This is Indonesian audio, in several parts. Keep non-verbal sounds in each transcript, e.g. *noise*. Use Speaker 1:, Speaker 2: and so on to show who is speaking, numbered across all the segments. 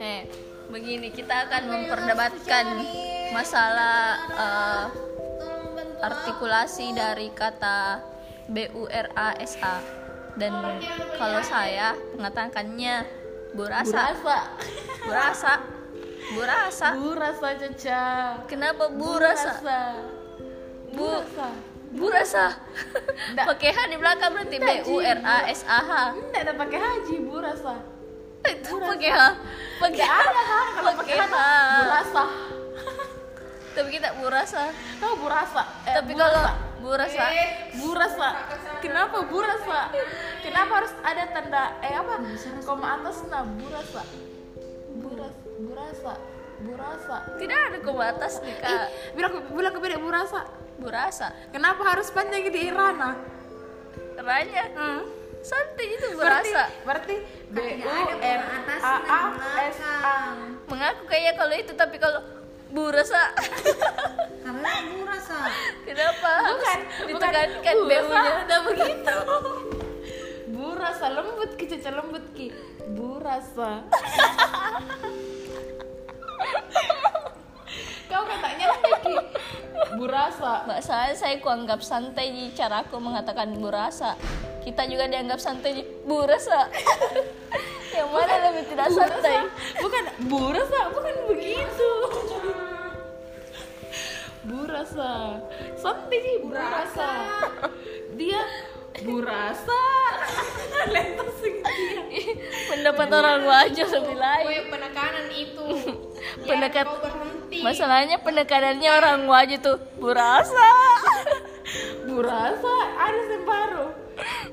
Speaker 1: Eh, begini kita akan memperdebatkan masalah eh, artikulasi dari kata BURASA dan kalau saya mengatakannya burasa
Speaker 2: Burasa.
Speaker 1: burasa burasa
Speaker 2: Burasa Caca.
Speaker 1: kenapa burasa Bu-
Speaker 2: Burasa.
Speaker 1: burasa
Speaker 2: Nggak.
Speaker 1: pakai h di belakang berarti B
Speaker 2: Nggak, Ji.
Speaker 1: U R A S A H
Speaker 2: Enggak ada pakai haji burasa.
Speaker 1: itu pakai h pakai
Speaker 2: Enggak ada kan kalau
Speaker 1: pakai
Speaker 2: pakai
Speaker 1: h
Speaker 2: haji burasa.
Speaker 1: tapi kita burasa
Speaker 2: Tahu burasa? Eh,
Speaker 1: tapi
Speaker 2: bu- Eh,
Speaker 1: kalau burasa
Speaker 2: burasa. Kenapa burasa? Kenapa harus ada tanda eh apa? Koma atas nah burasa. Buras burasa. Burasa.
Speaker 1: tidak ada koma atas nih kak
Speaker 2: Bilang bilang ke beda burasa.
Speaker 1: burasa
Speaker 2: Kenapa harus panjang di Irana?
Speaker 1: ranya santai itu
Speaker 2: Hmm. Berarti-
Speaker 1: burasa
Speaker 2: Berarti B U R A A S A.
Speaker 1: mengaku kayak kalau itu tapi kalau burasa
Speaker 3: karena aku
Speaker 4: *laughs*
Speaker 3: rasa
Speaker 1: *laughs* kenapa
Speaker 2: Bukan,
Speaker 1: harus ditekankan
Speaker 2: bukan.
Speaker 1: BU nya
Speaker 2: *laughs* Udah begitu. Burasa lembut ki Caca lembut ki. Burasa. Kau katanya lembut ki. Burasa.
Speaker 1: Mbak saya saya kuanggap santai di cara aku mengatakan burasa. Kita juga dianggap santai di
Speaker 2: *laughs*
Speaker 1: burasa. Yang mana lebih tidak santai?
Speaker 2: Bukan burasa, bukan begitu. Burasa. Santai sih burasa. Dia burasa. Lentas dia.
Speaker 1: Pendapat orang wajah lebih lain.
Speaker 4: Gue Oh, ya, penekanan itu. Biar
Speaker 1: Pendekat-
Speaker 4: kau berhenti.
Speaker 1: Masalahnya penekanannya orang wajah tuh burasa.
Speaker 2: *laughs* Burasa ada yang baru.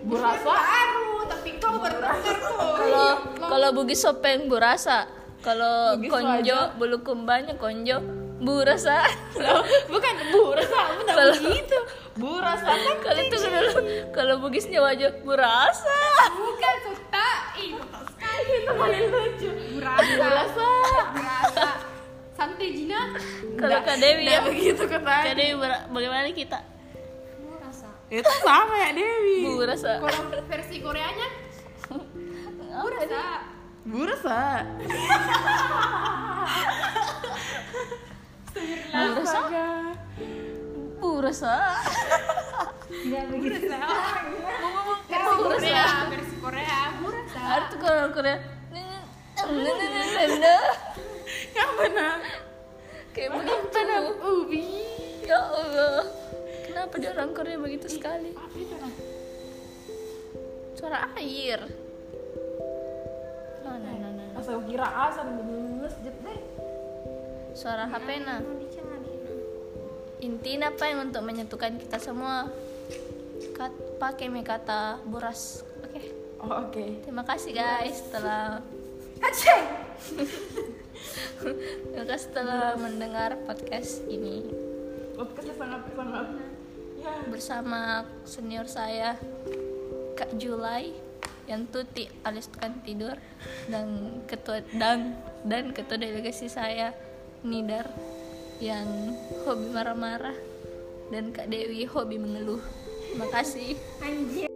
Speaker 2: Burasa
Speaker 4: baru, tapi kau bertukar kok.
Speaker 1: Kalau kalau bugis sopeng burasa. Kalau
Speaker 2: Bugis
Speaker 1: konjo bulu kumbanya konjo burasa.
Speaker 2: *laughs* bukan burasa, benar
Speaker 1: Kalau-
Speaker 2: begitu. Burasa kan
Speaker 1: *laughs* Kalau itu dulu kalau bugisnya wajah burasa.
Speaker 4: Bukan suka itu sekali
Speaker 2: itu paling lucu.
Speaker 4: berasa
Speaker 2: Burasa.
Speaker 4: berasa. Santai Jina.
Speaker 1: Kalau Kak Dewi
Speaker 2: Nggak
Speaker 1: ya.
Speaker 2: Nah, begitu katanya.
Speaker 1: Kak Dewi bera- bagaimana kita?
Speaker 2: Itu sama ya Dewi.
Speaker 1: Burasa.
Speaker 4: Kalau versi Koreanya berasa.
Speaker 2: Burasa.
Speaker 1: Burasa.
Speaker 2: Astaga.
Speaker 1: Burasa.
Speaker 2: Iya,
Speaker 4: Versi Korea, versi Korea berasa.
Speaker 1: Arti kalau Korea. "Nene, nene, nene, nene."
Speaker 2: Yang benar.
Speaker 1: Kayak begitu.
Speaker 2: Ubi.
Speaker 1: Ya Allah. Kenapa dia orang Korea begitu sekali?
Speaker 2: Apa itu Nak?
Speaker 1: Suara air. Nah, nah, nah, nah.
Speaker 2: Asal kira asal benes jet deh.
Speaker 1: Suara HP nah. Intinya apa yang untuk menyatukan kita semua? Kat, pakai me kata buras. Oke.
Speaker 2: Oh, Oke.
Speaker 1: Terima kasih guys telah *laughs* Terima kasih telah mendengar podcast ini
Speaker 2: Podcastnya sangat sangat. Ya.
Speaker 1: bersama senior saya Kak Julai yang tuti aliskan kan tidur dan ketua dan dan ketua delegasi saya Nidar yang hobi marah-marah dan Kak Dewi hobi mengeluh. Terima kasih.
Speaker 4: Anjir.